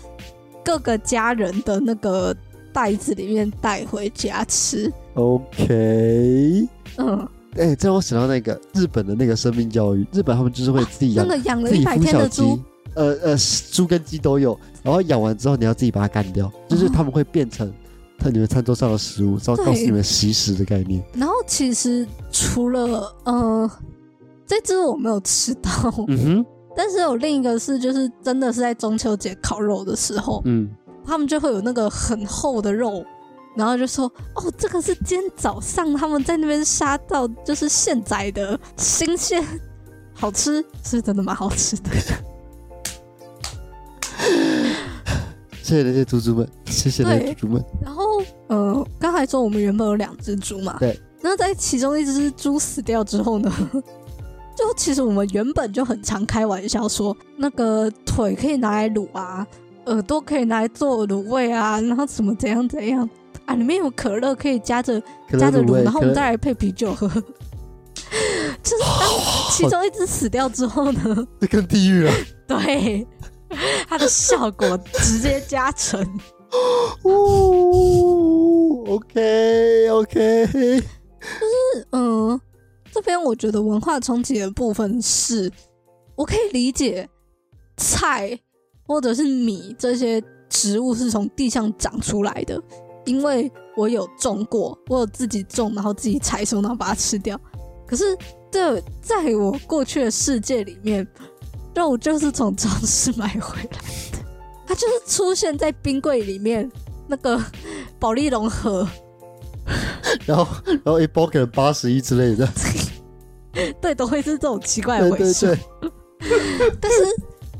各个家人的那个袋子里面带回家吃。
OK，
嗯，
哎、这让我想到那个日本的那个生命教育，日本他们就是会自己
那
养、
个养了
自
一
己
百
孵
天
小
的
鸡
猪，，
呃呃，猪跟鸡都有，然后养完之后你要自己把它干掉，就是他们会变成他你们餐桌上的食物，然后告诉
啊对
你们习食的概念。
然后其实除了呃，这只我没有吃到，
嗯哼，
但是有另一个是，就是真的是在中秋节烤肉的时候，
嗯，
他们就会有那个很厚的肉，然后就说哦，这个是今天早上他们在那边杀到，就是现宰的，新鲜，好吃，是真的蛮好吃的。
谢谢那些猪猪们，谢谢那些
对
猪猪们。
然后呃，刚才说我们原本有两只猪嘛，
对，
那在其中一只猪死掉之后呢？ 就其实我们原本就很常开玩笑说，那个腿可以拿来卤啊，耳朵可以拿来做卤味啊，然后怎么怎样怎样啊，里面有可乐可以加着
可
加
能
着
卤
卤，
味，
然后我
可
们
能
再来配啤酒喝。 就是当其中一只死掉之后呢，
这更地狱了。
对它的效果直接加成，
哦，OK OK，
嗯，这边我觉得文化冲击的部分是，我可以理解菜或者是米这些植物是从地上长出来的，因为我有种过，我有自己种，然后自己采收，然后把它吃掉。可是这在我过去的世界里面，肉就是从超市买回来的，它就是出现在冰柜里面那个保利龙盒。
然后然后一包可能八十一之类的，
对，都会是这种奇怪的
对
回
对
事。
对，
但是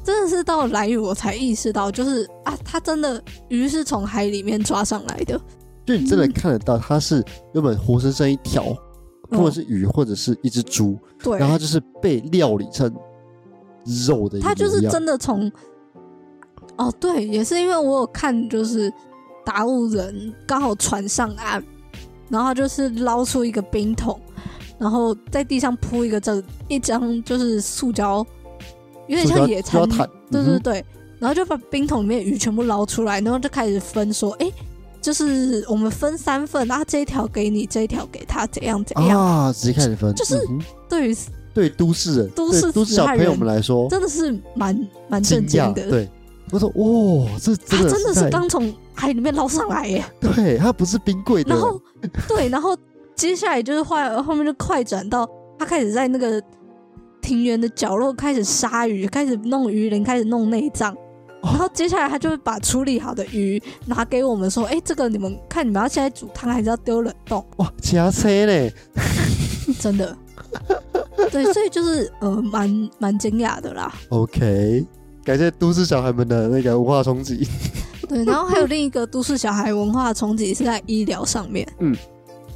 真的是到蓝屿，我才意识到，就是啊，它真的鱼是从海里面抓上来的。
就你真的看得到，它是原本活生生一条，不管是鱼或者是一只猪，
嗯对，
然后它就是被料理成肉的一个模样，
它就是真的从哦，对，也是因为我有看，就是达悟人刚好船上岸，然后他就是捞出一个冰桶，然后在地上铺一个这一张就是塑胶，有点
塑胶
像野餐
塑胶毯
对对
嗯哼
对，然后就把冰桶里面的鱼全部捞出来，然后就开始分说，哎、就是我们分三份，啊，这一条给你，这一条给他，怎样怎样。
啊，直接开始分，
就是
嗯哼
对于
对都市人、
都
对
市
都市
死
小
汉
朋友
人
们来说，
真的是蛮蛮
惊
震惊
讶，
的，
对。我说哇，这
他
真的
真的是
在
刚从海里面捞上来耶。
对，它不是冰柜的
然，后对，然后接下来就是换后面就快转到他开始在那个庭园的角落开始杀鱼，开始弄鱼鳞，开始弄内脏。然后接下来他就会把处理好的鱼拿给我们，说：“哎，这个你们看，你们要现在煮汤还是要丢冷冻
哇，夹车嘞，？”
真的，对，所以就是呃，蛮蛮惊讶的啦。
OK，感谢都市小孩们的那个文化冲击。
对，然后还有另一个都市小孩文化冲击是在医疗上面，
嗯，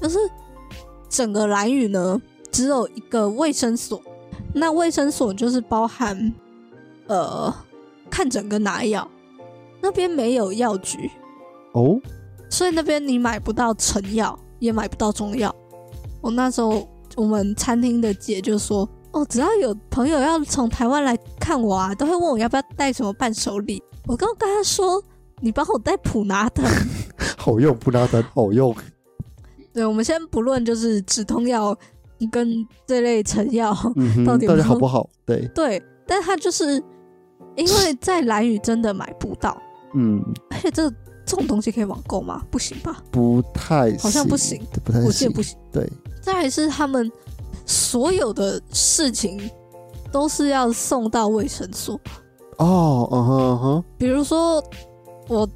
就是整个蓝屿呢只有一个卫生所，那卫生所就是包含呃看诊跟拿药，那边没有药局，
哦，
所以那边你买不到成药，也买不到中药。我那时候我们餐厅的姐就说：“哦，只要有朋友要从台湾来看我啊，都会问我要不要带什么伴手礼。”我刚跟她说：“你帮我带普拿疼。
好用布拉登，好用。
对，我们先不论就是止痛药跟这类成药，
嗯哼，
到底有没有
到底好不好？对，
对，但它就是因为在蓝屿真的买不到，
嗯，
而且这这种东西可以网购吗？不行吧，
不太
好像不行，
对哦不太
我记
行
得，不行。
对，
再来是他们所有的事情都是要送到卫生所，
哦，嗯哼嗯哼，
比如说我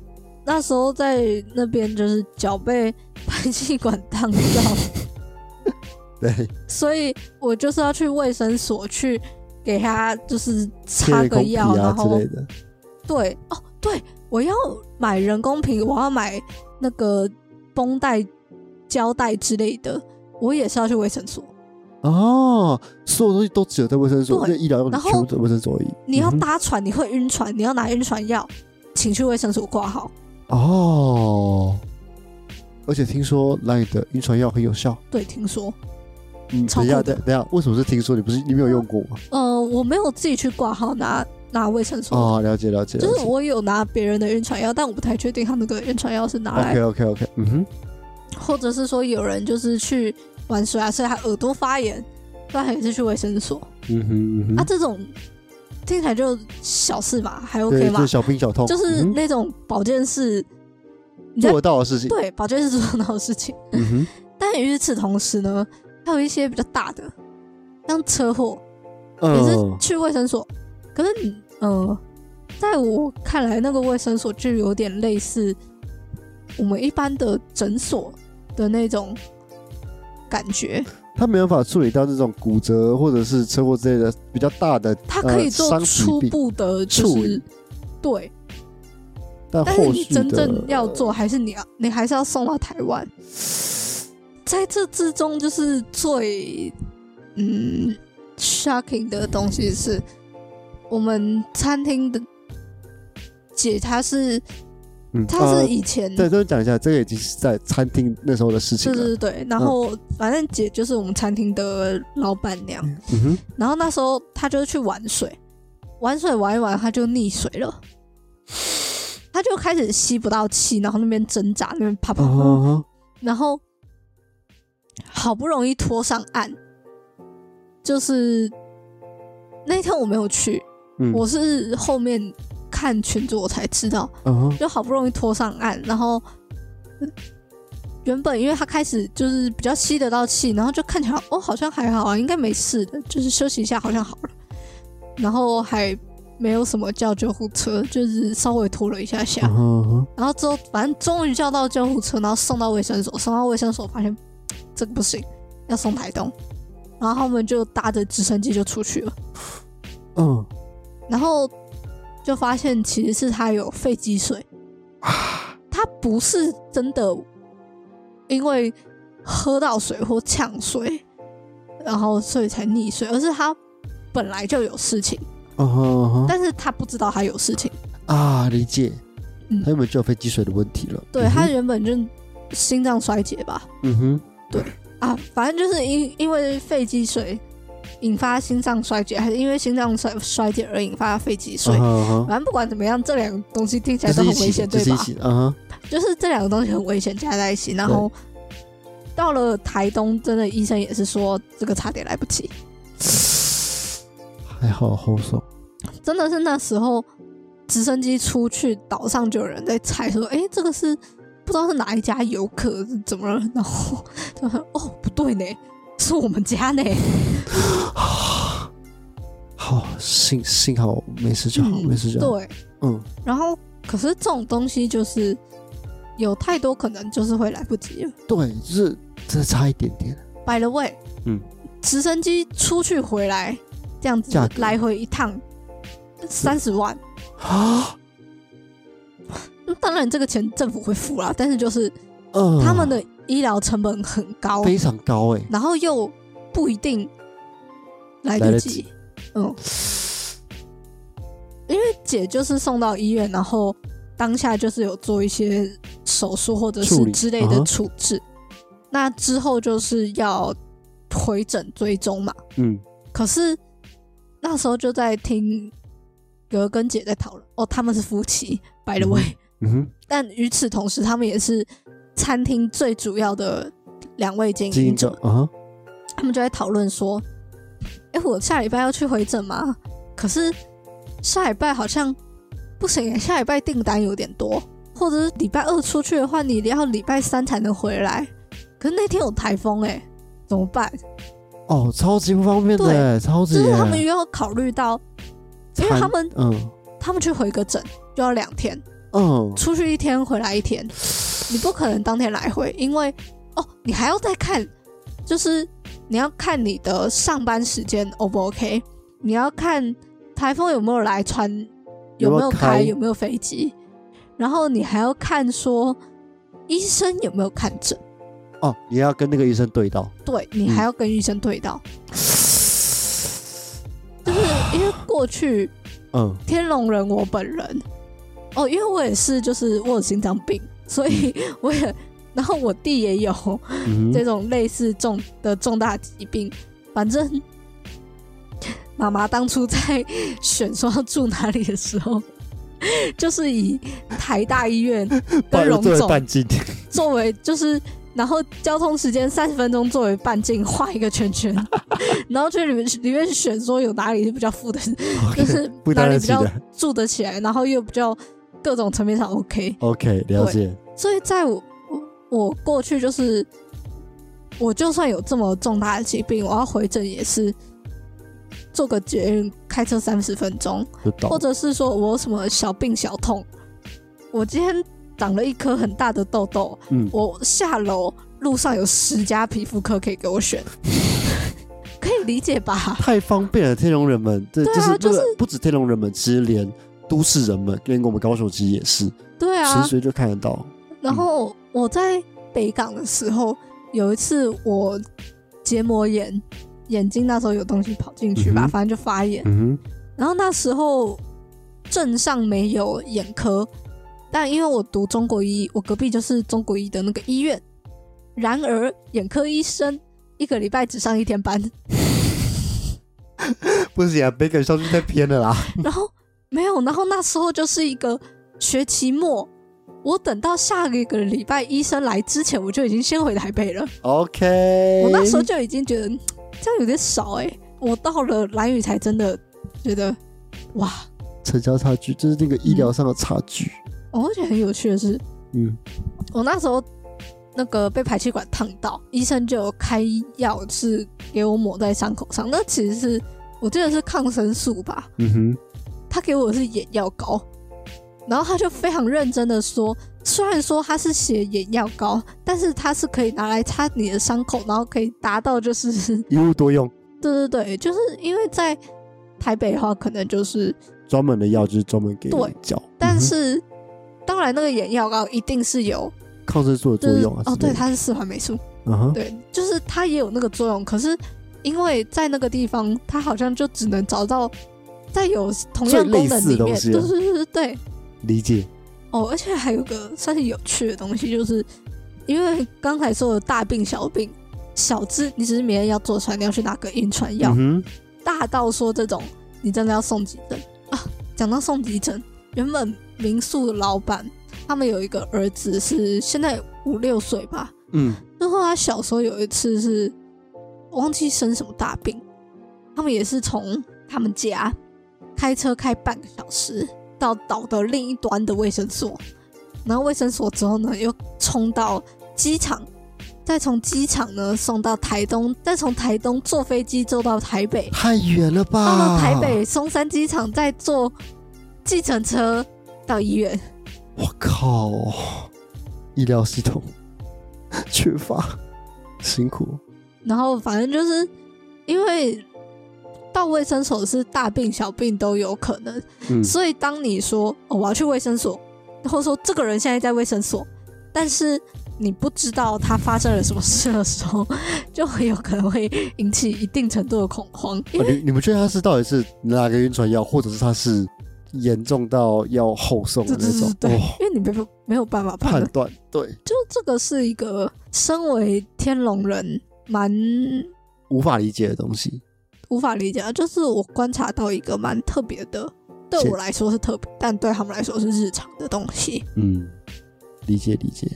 那时候在那边就是脚被排气管烫 到，
对，
所以我就是要去卫生所去给他就是
贴
擦
人
个
工皮
药，
啊
然
之
后
类的，
对哦对，我要买人工皮，我要买那个绷带、胶带之类的，我也是要去卫生所。
哦，所有东西都只有在卫生所，
对
就医疗用品
然后
全部在卫生所而已。
你要
嗯哼
搭船，你会晕船，你要拿晕船药，请去卫生所挂号。
哦，而且听说蓝雨的晕船药很有效。
对，听说，
嗯，
超
等一下，
酷的
等等一下，为什么是听说？你不是你没有用过吗？
嗯、我没有自己去挂号拿拿卫生所，
哦，了解了解。
就是我有拿别人的晕船药，但我不太确定他那个晕船药是拿来
OK OK OK，嗯哼，
或者是说有人就是去玩水啊，所以他耳朵发炎，不然他也是去卫生所。
嗯哼嗯哼，
啊，这种听起来就小事嘛，还
对，
OK
就
嘛
是，小病小痛，
就是
嗯哼
那种保健室，你在
做得到的事情。
对保健室做到的事情。
嗯哼，
但与此同时呢，还有一些比较大的，像车祸也是
嗯，
去卫生所，可是你呃，在我看来，那个卫生所就有点类似我们一般的诊所的那种感觉，
他没办法处理到这种骨折或者是车祸之类的比较大的，
它可以
呃
做
伤及
初
病
步的就
处
是
理。
对，
但
但是
后
你
续
真正
的
要做，还是你要你还是要送到台湾。在这之中，就是最嗯 shocking 的东西是，我们餐厅的姐她是
嗯，
她
呃
是以前、
对，都讲一下，这个已经是在餐厅那时候的事情
对
了。
对对，然后反正姐就是我们餐厅的老板娘，
嗯哼，
然后那时候她就是去玩水，玩水玩一玩，她就溺水了。她就开始吸不到气，然后那边挣扎，那边啪啪啪啪
哦，
然后好不容易拖上岸，就是那天我没有去，
嗯，
我是后面看群组我才知道，
嗯
就好不容易拖上岸，然后呃原本因为他开始就是比较吸得到气，然后就看起来哦好像还好啊，应该没事的，就是休息一下好像好了，然后还没有什么叫救护车，就是稍微拖了一下
啊嗯
下，
哼，
然后之后反正终于叫到救护车，然后送到卫生所，送到卫生所发现这个不行，要送台东，然后他们就搭着直升机就出去了，
嗯，
然后就发现其实是他有肺积水，
啊
他不是真的因为喝到水或呛水，然后所以才溺水，而是他本来就有事情，
嗯哼，嗯哼
但是他不知道他有事情。
啊，理解
嗯。
他原本就有肺积水的问题了。
对
嗯哼
他，原本就心脏衰竭吧，
嗯哼，
啊，反正就是因因为肺积水引发心脏衰竭，还是因为心脏衰衰竭而引发肺积水。
嗯哼嗯哼
反正不管怎么样，这两个东西听起来
这
都
是
很
一
危
起
险，
的，这
对
是一
吧？
起的，嗯哼，
就是这两个东西很危险，加在一起。然后到了台东，真的医生也是说这个差点来不及，
还啊好后手。
真的是那时候直升机出去，岛上就有人在猜说，诶，这个是不知道是哪一家游客是怎么了？然后就说哦，不对呢，是我们家呢。
好，幸幸好没事就好，
嗯
啊没事就好。
对，
嗯，
然后可是这种东西就是有太多可能就是会来不及了。
对，就是真的差一点点。
By the way，
嗯，
直升机出去回来这样子
价格
来回一趟三十万，
啊，
那当然这个钱政府会付啦，但是就是
嗯，
他们的医疗成本很高，
非常高哎，
然后又不一定来
来
得
得
及
及。
嗯，因为姐就是送到医院，然后当下就是有做一些手术或者
处
是
理
之类的
啊哈
处置。那之后就是要回诊追踪嘛。
嗯，
可是那时候就在听哥跟姐在讨论，哦，他们是夫妻，by the way，、
嗯哼，
但与此同时，他们也是餐厅最主要的两位经
经
营
营
者
者。啊，
他们就在讨论说：“哎、我下礼拜要去回诊吗？可是下礼拜好像不行，下礼拜订单有点多，或者是礼拜二出去的话，你要礼拜三才能回来。可是那天有台风、哎，怎么办？
哦，超级不方便的
对
欸，超级
就
欸。
是他们又要考虑到，因为
惨
他们
嗯
他们去回个诊就要两天，
嗯，
出去一天回来一天，你不可能当天来回，因为哦，你还要再看，就是你要看你的上班时间 O 不 OK，你要看台风有没有来船有没有开
有
有没有飞机，然后你还要看说医生有没有看诊，
哦，你要跟那个医生对到，
对你还要跟医生对到，就是因为过去
嗯，
天龙人我本人，哦，因为我也是就是我有心脏病，所以 我也，然后我弟也有
嗯
这
哼，
种类似重的重大疾病，反正。妈妈当初在选说要住哪里的时候， 就是以台大医 院
把
跟
人
荣
作为
总
半径，
作为就是，然后交通时间三十分钟作为半径画一个圈 圈，然后去里面里面选说有哪里是比较富的， 就是
不
哪
担
里
得
比
起
较
的
住得起来，然后又比较各种层面上 OK。
OK，了
对
解，
所以在我我我过去就是，我就算有这么重大的疾病，我要回诊也是坐个捷运开车三十分钟，
就到
或，者是说我有什么小病小痛，我今天长了一颗很大的痘痘，
嗯，
我下楼路上有十家皮肤科可以给我选， 可以理解吧？
太方便了，天龙人们，这
对
就是
啊
不
就是
不止天龙人们，其实连都市人们，连我们高手其实也是，
对
随
啊。
随就看得到，
然后我在北港的时候，有一次我结膜炎，眼睛那时候有东西跑进去吧，
嗯哼
反正就发炎。
嗯
然后那时候镇上没有眼科，但因为我读中国医，我隔壁就是中国医的那个医院。然而，眼科医生一个礼拜只上一天 班，
哼，不行啊，北港校区太偏了啦，
然后没有，然后那时候就是一个学期末，我等到下一个礼拜医生来之前，我就已经先回台北了。
OK，
我那时候就已经觉得嗯这样有点少哎、我到了蓝雨才真的觉得哇，
城乡差距，就是那个医疗上的差距，
我哦而且很有趣的是，
嗯，
我那时候那个被排气管烫到，医生就有开药是给我抹在伤口上，那其实是我记得是抗生素吧，
嗯哼，
他给我的是眼药膏，然后他就非常认真的说，虽然说他是写眼药膏，但是它是可以拿来擦你的伤口，然后可以达到就是，
一物多用，
对对对，就是因为在台北的话，可能就是，
专门的药就是专门给你
对
教，
但
嗯哼
是、当然那个眼药膏一定是有，
抗生素的
就
作
是
用啊，
哦，
之类
对，
的，
它是四环霉素，
嗯哼，
对，就是它也有那个作用，可是因为在那个地方，它好像就只能找到在有同样
最类
功能
似的
里
东
面，
西
对
啊
对对对对。
理解，
哦，而且还有个算是有趣的东西，就是因为刚才说的大病小病，小至你只是明天要坐船，你要去拿个晕船药，
嗯哼，
大到说这种你真的要送急诊啊。讲到送急诊，原本民宿的老板他们有一个儿子是现在五六岁吧，
嗯，
然后他小时候有一次是我忘记生什么大病，他们也是从他们家开车开半个小时到岛的另一端的卫生所，然后卫生所之后呢，又冲到机场，再从机场呢送到台东，再从台东坐飞机坐到台北，
太远了吧，
到了啊台，北松山机场再坐计程车到医院。
我靠，医疗系统 缺乏，辛苦，
然后反正就是因为到卫生所是大病小病都有可能，
嗯
所以当你说、哦、我要去卫生所，或者说这个人现在在卫生所，但是你不知道他发生了什么事的时候，就很有可能会引起一定程度的恐慌，因
啊
为
你你们觉得他是到底是哪个晕船药，或者是他是严重到要后送的
对对
那种
对？对
哦，
因为你没有没有办法判
判
断，
断对，
就这个是一个身为天龙人蛮
无法理解的东西。
无法理解啊，就是我观察到一个蛮特别的，对
是
我来说是特别，但对他们来说是日常的东西。
嗯，理解理解。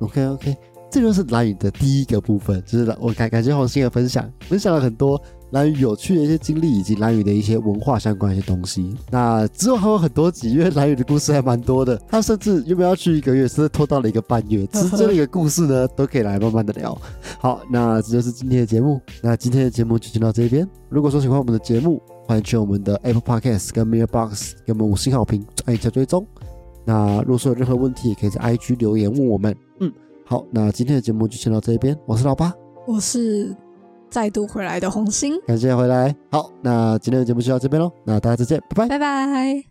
OK OK，这就是蓝宇的第一个部分，就是我感感谢红星的分享，分享了很多蓝宇有趣的一些经历，以及蓝宇的一些文化相关的一些东西。那之后还有很多集，因为蓝宇的故事还蛮多的，他甚至原本要去一个月，甚至拖到了一个半月，之间的一个故事呢，都可以来慢慢的聊。好，那这就是今天的节目。那今天的节目就先到这边。如果说喜欢我们的节目，欢迎去我们的 Apple Podcast 跟 Mirror Box 给我们五星好评，按一下追踪。那那如果说有任何问题，也可以在 IG 留言问我们。嗯，好，那今天的节目就先到这边，我是老八，
我是再度回来的红星，
感谢回来。好，那今天的节目就到这边喽，那大家再见，拜
拜
拜。
拜。